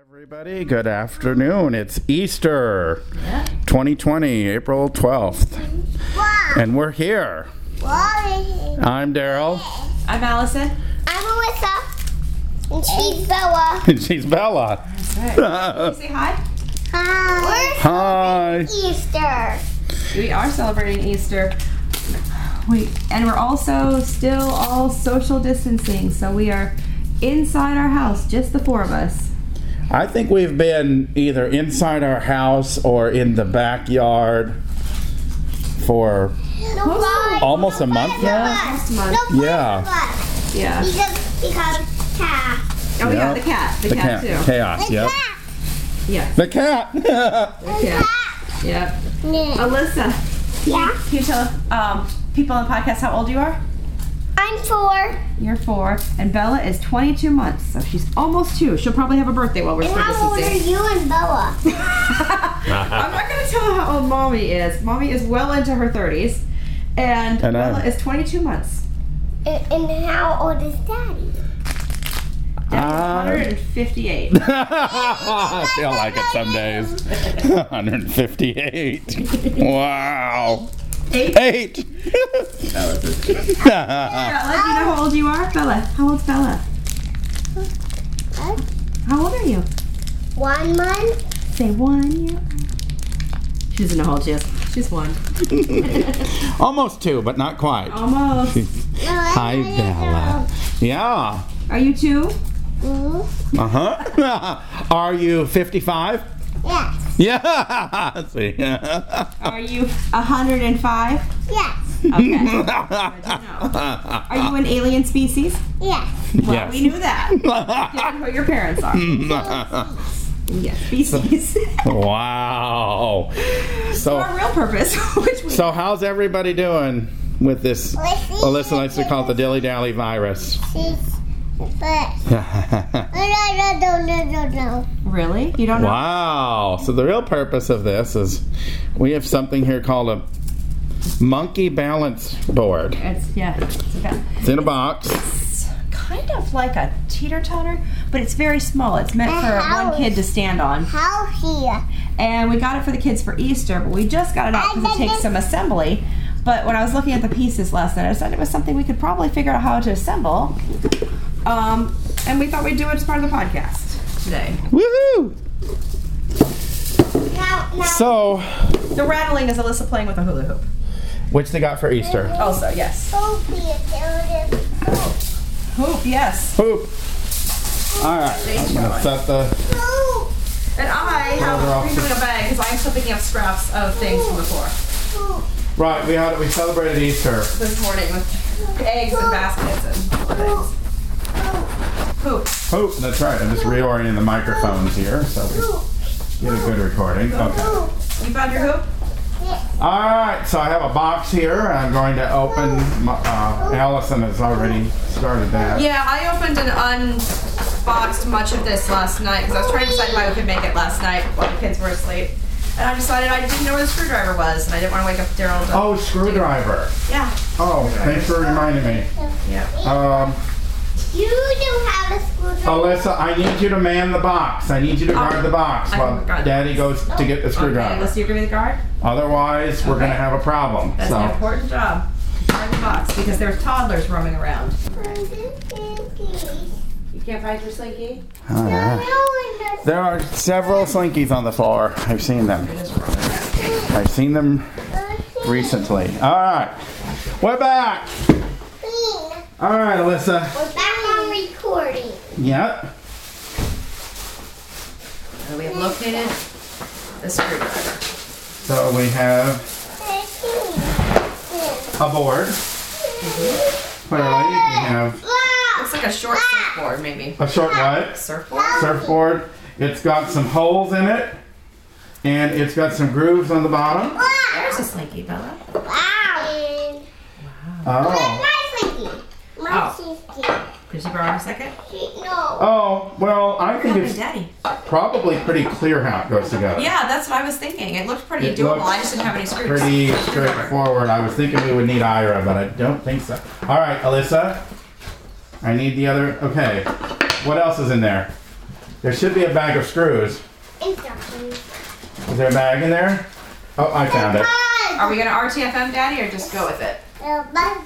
Everybody, good afternoon. It's Easter 2020, April 12th. And we're here. I'm I'm Daryl. I'm Allison. Melissa. And she's Bella. And she's Bella. Say hi. Hi. Hi. Easter. We are celebrating Easter. We and we're also still all social distancing, so we are inside our house, just the four of us. I think we've been either inside our house or in the backyard for, No fun. Almost a month No now? fun. Yeah, almost a month. No fun. Yeah. No fun. Yeah. Because because cat. Oh, Yeah. we got the cat. The, the cat, cat. too. Chaos, The yep. cat. Yeah. The cat. The Yeah. cat. Yep. Yeah. Alyssa, Yeah. can you tell um, people on the podcast how old you are? I'm four. You're four, and Bella is 22 months, so she's almost two. She'll probably have a birthday while we're And still how old are distancing. you and Bella? I'm not going to tell how old mommy is. Mommy is well into her 30s, and I know. Bella is 22 months. And, and how old is Daddy? Ah. That is 158. I feel like it some days. 158. Wow. Eight. Eight. Bella, do you know how old you are? Bella, how old's Bella? Huh? How old are you? One month. Say one year. She doesn't know how old she is. She's one. Almost two, but not quite. Almost. No, I'm Hi, not Bella. Yeah. Are you two? old. Mhm. Uh huh. Are you 55? Yes. Yeah. See. Are you 105? Yes. Okay. Are you an alien species? Yes. Well, we knew that. Given who your parents are. Yes, species. wow. For our So, real purpose, which we so how's everybody doing with this? Let's see. Alyssa likes to call it the dilly dally virus. She's but No, no, no, no, no, no. really you don't know. Wow. So the real purpose of this is we have something here called a monkey balance board. It's yeah. It's about It's in a box. it's kind of like a teeter totter, but it's very small. It's meant for Ow. one kid to stand on. How here? And we got it for the kids for Easter, but we just got it out because it takes some assembly. But when I was looking at the pieces last night, I decided it was something we could probably figure out how to assemble. Um, and we thought we'd do it as part of the podcast today. Woohoo! Now, now. So, The rattling is Alyssa playing with a hula hoop. which they got for Easter? Also, yes. Go here, tell them. Hoop, yes. Poop. All right. I'm gonna set the. Go, And I Another have option. redoing a bag because I'm still picking up scraps of things from before go. Right. We had we celebrated Easter. this morning with eggs and baskets and things. Hoop. Poop. That's right. I'm just reorienting the microphones here so we get a good recording. Okay. You found your hoop? All right. So I have a box here. I'm going to open. My, uh, Allison has already started that. Yeah, I opened and unboxed much of this last night because I was trying to decide why we could make it last night while the kids were asleep. And I decided I didn't know where the screwdriver was and I didn't want to wake up Daryl. to- Oh, screwdriver. Yeah. Oh, thanks for reminding me. Yeah. Um, You don't have a screwdriver. Alyssa, I need you to man the box. I need you to guard the box I while forgot. Oh, Daddy goes to get the Okay, screwdriver. unless you agree with the guard. Otherwise, we're gonna Okay. have a problem. That's an So, important job. Find the box because there's toddlers roaming around. You can't find your slinky? Ah. there are several Slinkies on the floor. I've seen them. I've seen them recently. All right, we're back. All right, Alyssa. We're back on recording. Yep. And we have located the screwdriver. So we have a board. Clearly, we have Looks like a short surfboard, maybe. a short what? Surfboard? surfboard. It's got some holes in it, and it's got some grooves on the bottom. There's a slinky, Bella. Wow. Oh. My slinky. My slinky. Could you borrow a second? She- No. Oh, well, I think Hey, it's Daddy. probably pretty clear how it goes together. Yeah, that's what I was thinking. It looked pretty It doable. looks I just didn't have any screws. Pretty straightforward. I was thinking we would need Ira, but I don't think so. All right, Alyssa. I need the other. Okay. What else is in there? There should be a bag of screws. Is there a bag in there? Oh, I found it. Are we gonna RTFM, Daddy, or just go with it?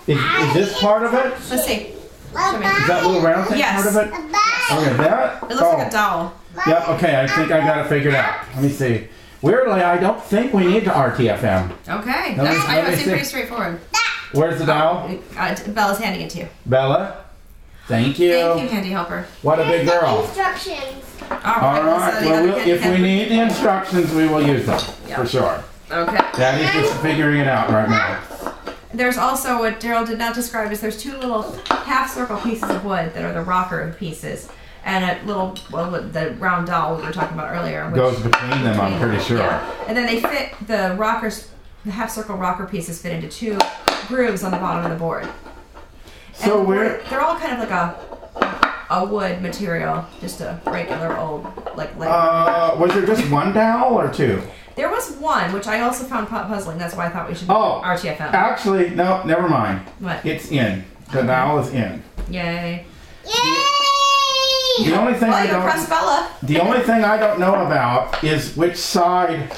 Is, is this part of it? Is Let's see. that little round thing Yes. part of it? Okay, that. Oh. It looks like a doll. Yep. Okay, I think I got it figured out. Let me see. Weirdly, I don't think we need to RTFM. Okay. Let me- That's, I let know me see. it seemed pretty straightforward. Where's the doll? Uh, Bella's handing it to you. Bella. Thank you. Thank you, handy helper. What a big girl. Instructions. All right. All right. so the Well, other we'll, candy if we can- need the instructions, we will use them Yeah. for sure. Okay. Daddy's just figuring it out right now. There's also what Daryl did not describe is there's two little half circle pieces of wood that are the rocker pieces, and a little well what- the round doll we were talking about earlier. Which, Goes between them, I'm pretty sure. Yeah. And then they fit the rockers, the half circle rocker pieces fit into two grooves on the bottom of the board. And So the board- we're They're all kind of like a a wood material, just a regular old like. Lego. uh, was there just one dowel or two? there was one which I also found pu- puzzling. That's why I thought we should Oh. RTFM. Actually, no. Never mind. What? It's in. The dowel is in. Yay! Yay! The only thing Well, I you don't. impressed Bella. The only thing I don't know about is which side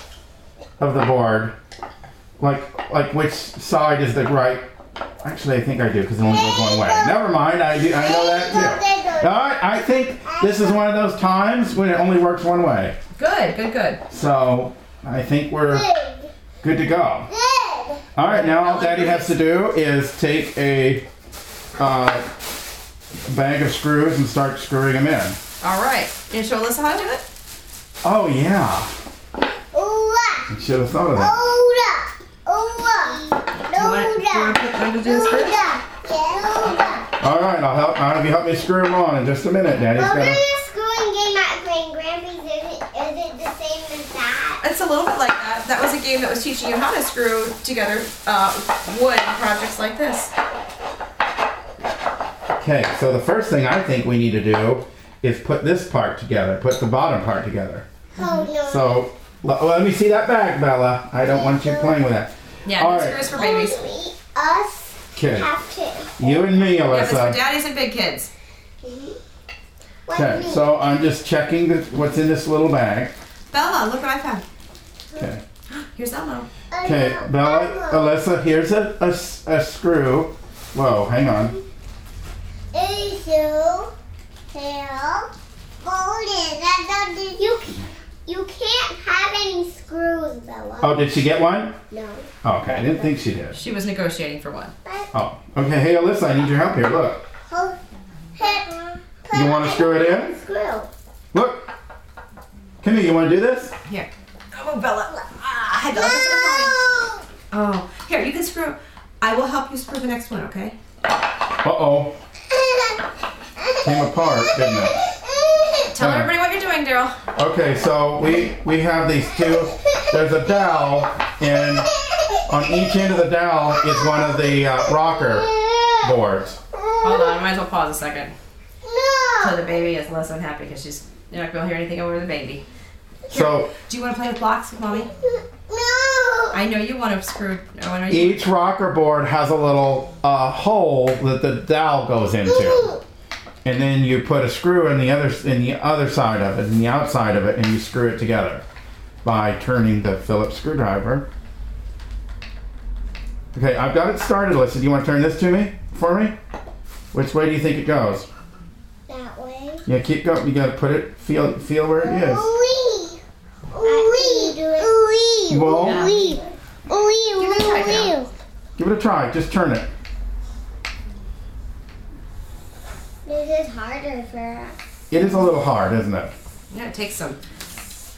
of the board, like like which side is the right. Actually, I think I do because it only goes one way. Never mind, I do, I know that too. All right, I think this is one of those times when it only works one way. Good, good, good. So I think we're Good. good to go. Good. All right, now all Daddy has to do is take a uh, bag of screws and start screwing them in. All right. You show Alyssa how to do it? Oh yeah, Ooh-ah. should have thought of that. Ooh-ah. Ooh-ah. You want to, you want to put them to do Oh, this first? Ooh-ah. Yeah, ooh-ah. All right, I'll help. I'll have you help me screw them on in just a minute, Daddy's Well, gonna. this screwing game at Grand Grampy's, is it, is it the same as that? It's a little bit like that. That was a game that was teaching you how to screw together uh, wood in projects like this. Okay, so the first thing I think we need to do is put this part together. Put the bottom part together. Oh, no. So l- let me see that bag, Bella. I don't want you playing with that. Yeah, All and right. screws for Only babies. us Okay, have to. you and me, Yeah, but it's for Alyssa. daddies and big kids. What Okay, me? so I'm just checking the, what's in this little bag. Bella, look what I found. Okay. Here's Elmo. Oh, Okay, no. Bella, Oh, Alyssa, here's a, a s- a screw. Whoa, hang on. no. Is you Hail. Golden. That doesn't- You, you can't have any screws, Bella. Oh, did she get one? No. Okay, I didn't think she did. She was negotiating for one. Oh, okay. Hey, Alyssa, I need your help here. Look. Oh, hit. put You want to screw it in? Screw. Look. Come here, you want to do this? Here. Oh, Bella. Ah, I had the other side No. of mine. Oh, here, you can screw. I will help you screw the next one, okay? Uh oh. Came apart, didn't it? Tell Yeah. everybody what you're doing, Daryl. Okay, so we we have these two. There's a dowel, and on each end of the dowel is one of the uh, rocker boards. Hold on, I might as well pause a second. So No. Oh, the baby is less unhappy because she's you're not gonna hear anything over the baby. So Do you want to play with blocks with mommy? No. I know you want to screw. I want to. each rocker board has a little uh, hole that the dowel goes into, and then you put a screw in the other in the other side of it, in the outside of it, and you screw it together by turning the Phillips screwdriver. Okay, I've got it started. Listen, do you want to turn this to me for me? Which way do you think it goes? That way. Yeah, keep going. You got to put it feel feel where it is. Wee. Wee. Wee. Well, Wee. Wee. Give it a try Wee. now. give it a try. Just turn it. This is harder for us. It is a little hard, isn't it? Yeah, it takes some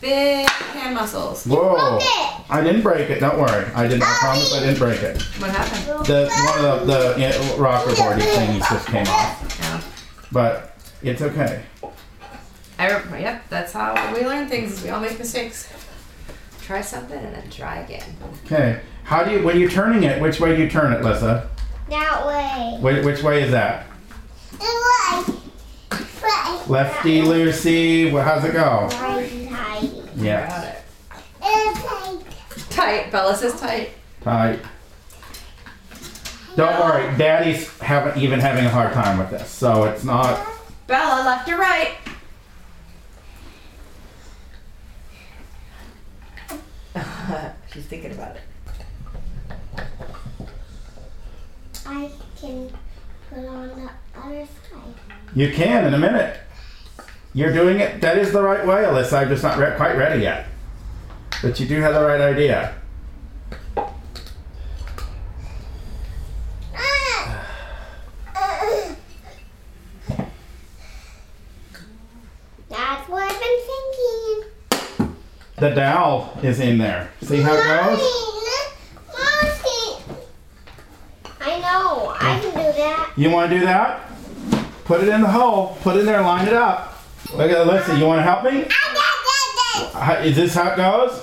big hand muscles. Whoa! it. I didn't break it. Don't worry. I didn't. I promise I didn't break it. What happened? The one of the, the uh, yeah, rocker boardy thingies just came off, Oh. but it's okay. I re- yep, that's how we learn things. Is we all make mistakes. Try something and then try again. Okay. How do you when you're turning it? Which way do you turn it, Lissa? That way. Wh- which way is that? That way. Right. Lefty loosey. Well, how's it go? Righty tighty. Yeah. it. It's like Tight. Bella says tight. Tight. Don't worry. Daddy's haven't even having a hard time with this, so it's not. Bella, left or right? Just thinking about it. I can put on the other side. You can in a minute. You're doing it. That is the right way, Alyssa. I'm just not re- quite ready yet. But you do have the right idea. That's what I've been thinking. The dowel is in there. See how it goes? Mommy, look, Mommy. I know. I can do that. You want to do that? Put it in the hole. Put it in there. Line it up. Look at Alyssa. You want to help me? How- Is this how it goes?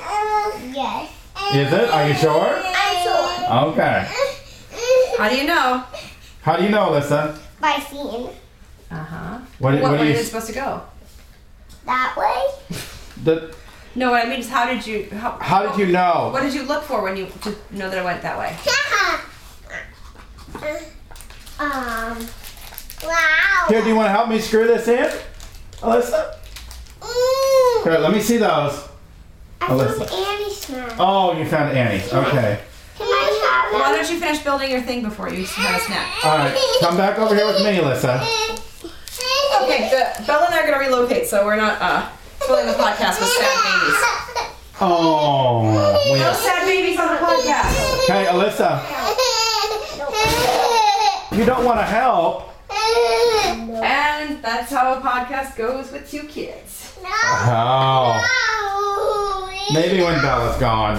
Yes. Is it? Are you sure? uh, I'm sure. Okay. How do you know? How do you know, Alyssa? By seeing Uh huh. What, What, what do way you? is it supposed to go? that way. The, No, what I mean is how did you how, how did you know? What did you look for when you to know that it went that way? um. Wow. Here, do you want to help me screw this in, Alyssa? Mm. Here, let me see those. I Alyssa. found Annie's snack. Oh, you found Annie. Okay. Can I have it? Why don't you finish building your thing before you have a snack? All right, come back over here with me, Alyssa. Okay, good. Bella and I are gonna relocate, so we're not uh filling the podcast with sad babies. Oh. No we- sad babies on the podcast. Okay, Alyssa, you don't want to help. And that's how a podcast goes with two kids. Oh. Maybe when Bella's gone.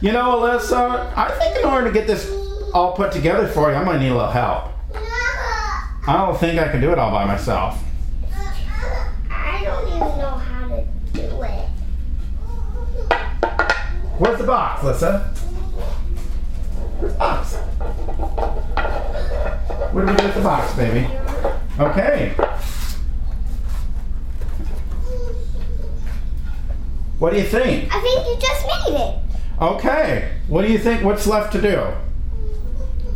You know, Alyssa, I think in order to get this all put together for you, I'm going to need a little help. I don't think I can do it all by myself. I don't even know how to do it. Where's the box, Alyssa? Where's the box? What do we do with the box, baby? Okay. What do you think? I think you just made it. Okay. What do you think? What's left to do?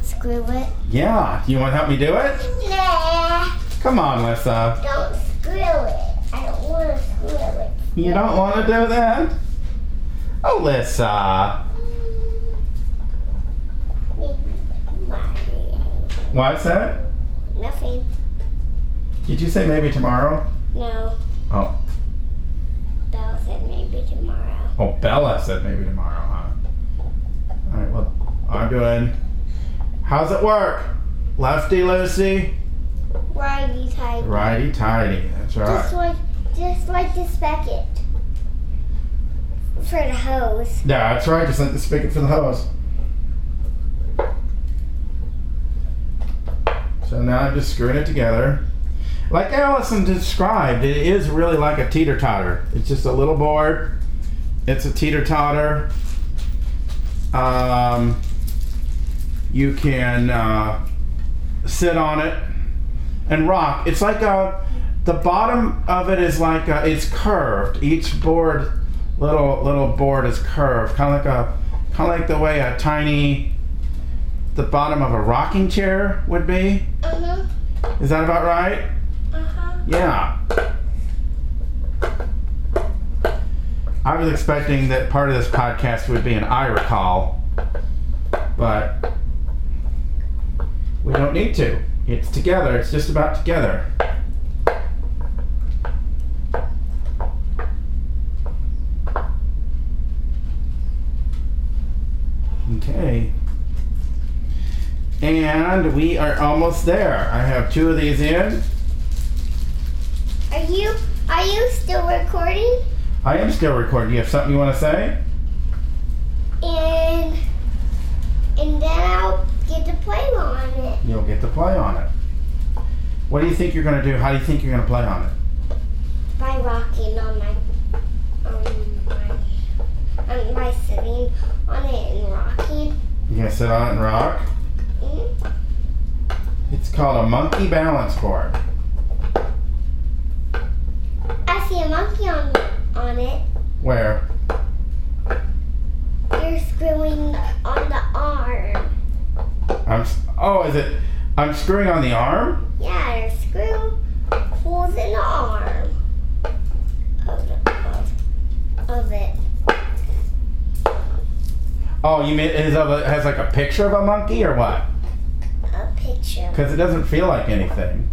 Screw it. Yeah. You want to help me do it? Nah, Come on, Lissa. don't screw it. I don't want to screw it. You don't want to do that? Oh, Lissa. Maybe tomorrow. What's that? Nothing. Did you say maybe tomorrow? No, Oh, Belle said maybe tomorrow. oh, Bella said maybe tomorrow, huh? All right. Well, I'm doing. How's it work? Lefty loosey, Righty tight. righty tighty. That's Just right. like, just like this bucket for the hose. Yeah, that's right. Just like the spigot for the hose. So now I'm just screwing it together. Like Allison described, it is really like a teeter totter. It's just a little board. It's a teeter totter. Um, you can uh, sit on it and rock. It's like a the bottom of it is like a, it's curved. Each board, little little board is curved, kind of like a kind of like the way a tiny the bottom of a rocking chair would be. Uh huh. Is that about right? Uh huh. Uh-huh. Yeah. I was expecting that part of this podcast would be an I recall, but we don't need to. It's together, it's just about together. Okay. And we are almost there. I have two of these in. Are you are you still recording? I am still recording. You have something you want to say? And and then I'll get to play on it. You'll get to play on it. What do you think you're going to do? How do you think you're going to play on it? by rocking on my on my on by sitting on it and rocking. You're going to sit on it and rock? Mm, It's called a monkey balance board. I see a monkey on on it. Where? You're screwing on the arm. I'm. s- Oh, is it? I'm screwing on the arm? Yeah, there's screw holes in the arm of the, of, of it. Oh, you mean is of a, has like a picture of a monkey or what? A picture. Because it doesn't feel like anything.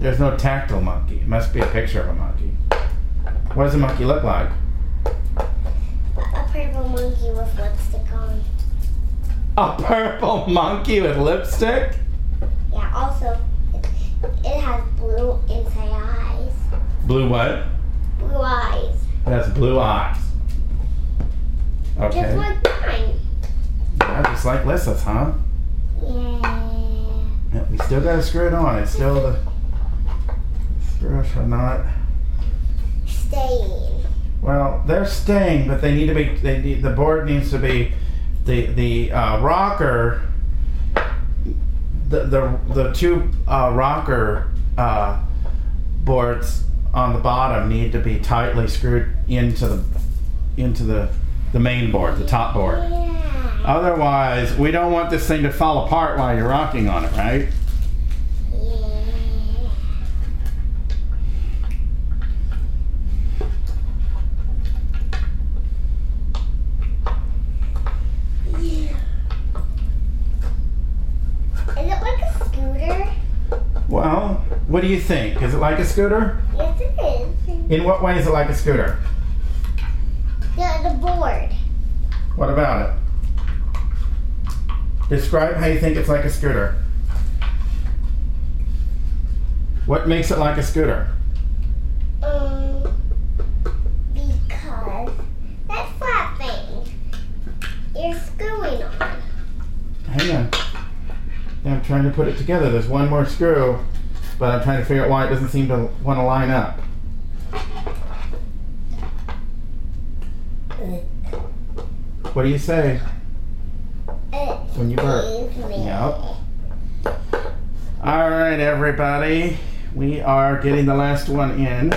There's no tactile monkey. It must be a picture of a monkey. What does a monkey look like? A purple monkey with lipstick on. A purple monkey with lipstick? Yeah, also, it, it has blue inside eyes. Blue what? Blue eyes. That's blue eyes. Okay. Just like mine. Yeah, just like Lissa's, huh? Yeah. Yeah, we still gotta screw it on. It's still the brush or not. Staying. Well, they're staying, but they need to be. They need, the board needs to be the the uh, rocker. The the the two uh, rocker uh, boards on the bottom need to be tightly screwed into the into the the main board, the top board. Yeah. Otherwise, we don't want this thing to fall apart while you're rocking on it, right? Yeah. Yeah. Is it like a scooter? Well, what do you think? Is it like a scooter? Yes, it is. In what way is it like a scooter? The, the board. What about it? Describe how you think it's like a scooter. What makes it like a scooter? Um, because that flat thing you're screwing on. Hang on. Yeah, I'm trying to put it together. There's one more screw, but I'm trying to figure out why it doesn't seem to want to line up. What do you say? It When you burp. is me. Yep. All right, everybody. We are getting the last one in.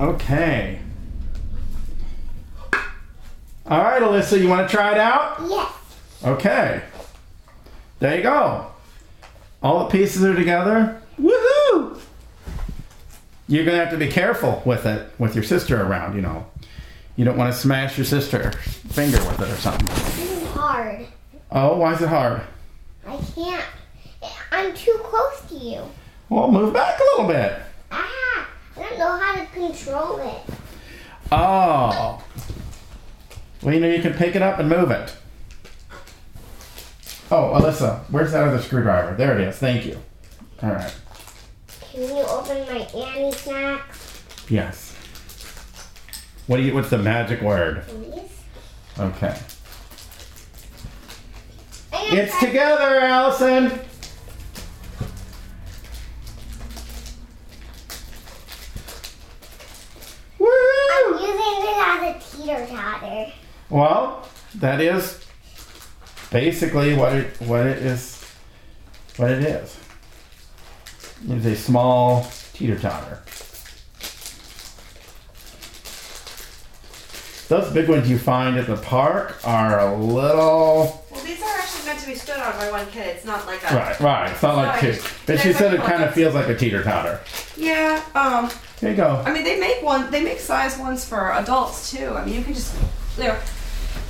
Okay. All right, Alyssa, you want to try it out? Yes. Okay. There you go. All the pieces are together. Woohoo! You're gonna have to be careful with it, with your sister around, you know. You don't want to smash your sister's finger with it or something. This is hard. Oh, why is it hard? I can't. I'm too close to you. Well, move back a little bit. Ah, I don't know how to control it. Oh. Well, you know, you can pick it up and move it. Oh, Alyssa, where's that other screwdriver? There it is. Thank you. All right. Can you open my Annie snacks, Yes. What do you? What's the magic word? please? Okay. I gotta It's try- together, Allison. I'm Woo! using this as a teeter totter. Well, that is basically what it what it is. What it is. It's a small teeter totter. Those big ones you find at the park are a little Well, these are actually meant to be stood on by one kid. It's not like a. Right, right. It's not like Sorry. two. But she said it kind of feels like a teeter totter. Yeah. Um. There you go. I mean, they make one. They make size ones for adults too. I mean, you can just you know,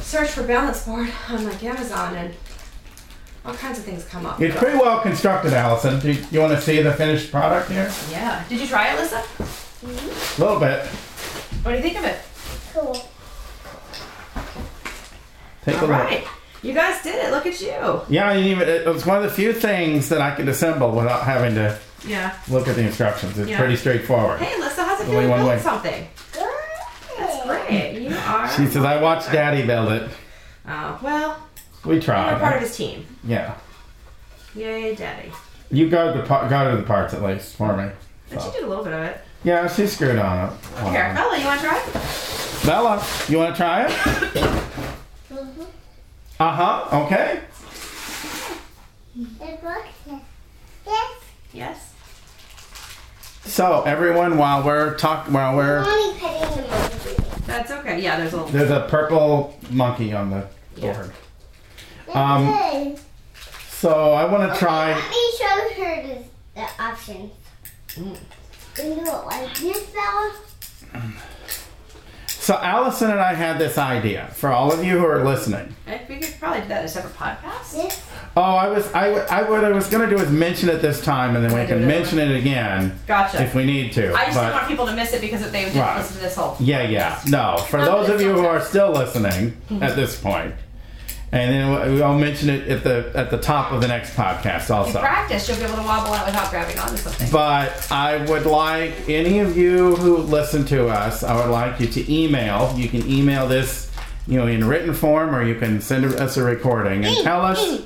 search for balance board on like Amazon and all kinds of things come up. It's pretty well constructed, Allison. Do you, want to see the finished product here? Yeah. Did you try it, Lisa? A little bit. What do you think of it? Cool. Take a All look. right. You guys did it. Look at you. Yeah, I didn't even, it was one of the few things that I could assemble without having to Yeah. look at the instructions. It's Yeah. pretty straightforward. Hey, Lisa, how's it Only feel to one build way. something? Good. Great. You are. She says, I watched Daddy build it. Oh, well, We you're part of tried. his team. Yeah. Yay, Daddy. You go to the, par- go to the parts at least for me. But you did a little bit of it. Yeah, she screwed on it. Here, Wow. Bella, you want to try? Bella, you want to try it? Mhm. Uh huh. Okay. It looks yes. Yes. So everyone, while we're talk, while we're Mommy petting the monkey. That's okay. Yeah, there's a little. There's a purple monkey on the Yeah. board. Um, Okay. So I want to try. Let me show her the, the options. Mm. You can do it like this, Bella. So Allison and I had this idea for all of you who are listening. I we could probably do that in a separate podcast. This. Oh, I was I, I what I was gonna do is mention it this time, and then we can mention it again Gotcha. if we need to. I just but- didn't want people to miss it because if they didn't Right. listen to this whole. Yeah, yeah. No, for those of you who are still listening at this point, and then we- I'll mention it at the at the top of the next podcast If also. you practice, you'll be able to wobble out without grabbing onto something. But I would like any of you who listen to us, I would like you to email. You can email this, you know, in written form, or you can send us a recording and tell us.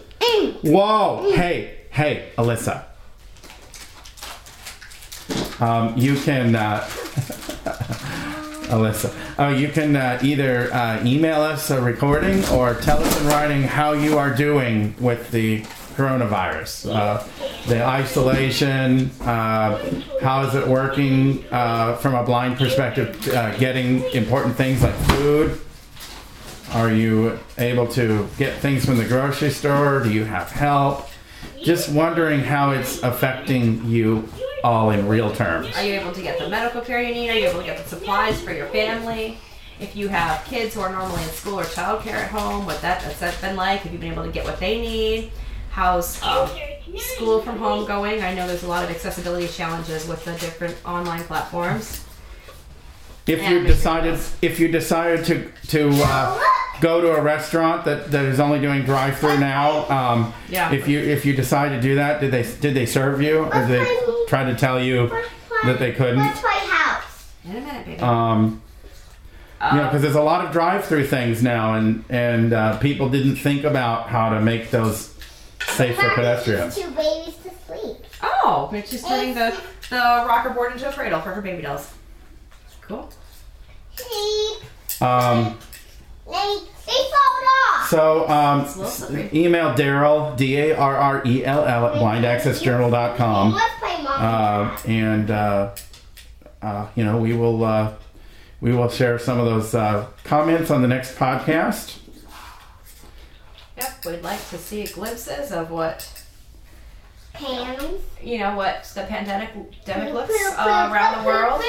Whoa! Hey, hey, Alyssa. Um, you can, uh, Alyssa. Oh, you can uh, either uh, email us a recording or tell us in writing how you are doing with the coronavirus, uh, the isolation. Uh, how is it working uh, from a blind perspective? Uh, getting important things like food. Are you able to get things from the grocery store? Do you have help? Just wondering how it's affecting you all in real terms. Are you able to get the medical care you need? Are you able to get the supplies for your family? If you have kids who are normally in school or childcare at home, what that has that been like? Have you been able to get what they need? How's um, school from home going? I know there's a lot of accessibility challenges with the different online platforms. If you decided, if you decided to to uh, go to a restaurant that, that is only doing drive through now, um, Uh, Yeah. if you if you decide to do that, did they did they serve you? Or did they try to tell you that they couldn't? Let's play house. In a minute, baby. Um, Um, you know, because there's a lot of drive-through things now, and and uh, people didn't think about how to make those safe for pedestrians. Two babies to sleep. oh, but she's turning the, the rocker board into a cradle for her baby dolls. Cool. Sleep. Um, They, they fall off. so um, a little slippery. email Daryl D A R R E L L at blindaccessjournal.com. Let's play mom. uh, and uh, uh, you know we will uh, we will share some of those uh, comments on the next podcast. Yep, we'd like to see glimpses of what Pam. you know what the pandemic pandemic looks uh, around the world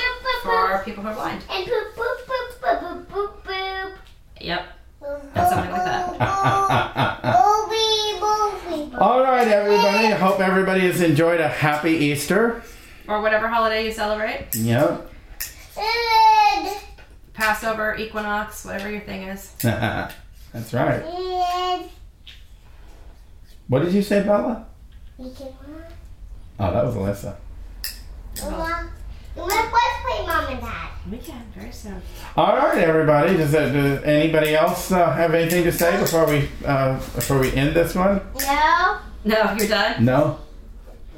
for people who are blind. And poop, poop, poop, poop, poop, poop, Yep. poop. something like that. Booby, booby. All right, everybody. I hope everybody has enjoyed a happy Easter. Or whatever holiday you celebrate. Yep. Good. Passover, equinox, whatever your thing is. That's right. Good. What did you say, Bella? We can walk. Oh, that was Alyssa. Walk. Let's let's play mom and dad. We can very soon. All right, everybody. Does, uh, does anybody else uh, have anything to say before we uh, before we end this one? No. No, you're done? No.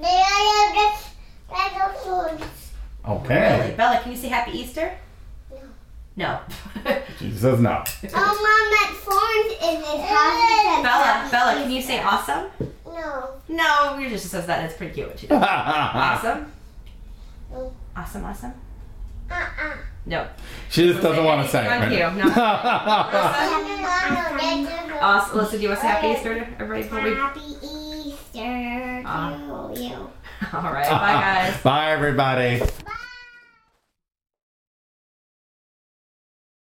They are just dinosaurs. Okay. Really? Bella, can you say Happy Easter? No. No. She says no. Oh, mom, that thorn in his house. Bella, Bella, can you say awesome? No. No, you just says that. It's pretty cute what you do. Awesome. No. Awesome, awesome. Uh-uh. No. she just doesn't want to say Thank it. you. No. Happy Awesome. Listen, do you want to say Happy Easter to everybody before we... Easter to Ah. you. All right. Bye, guys. Bye, everybody.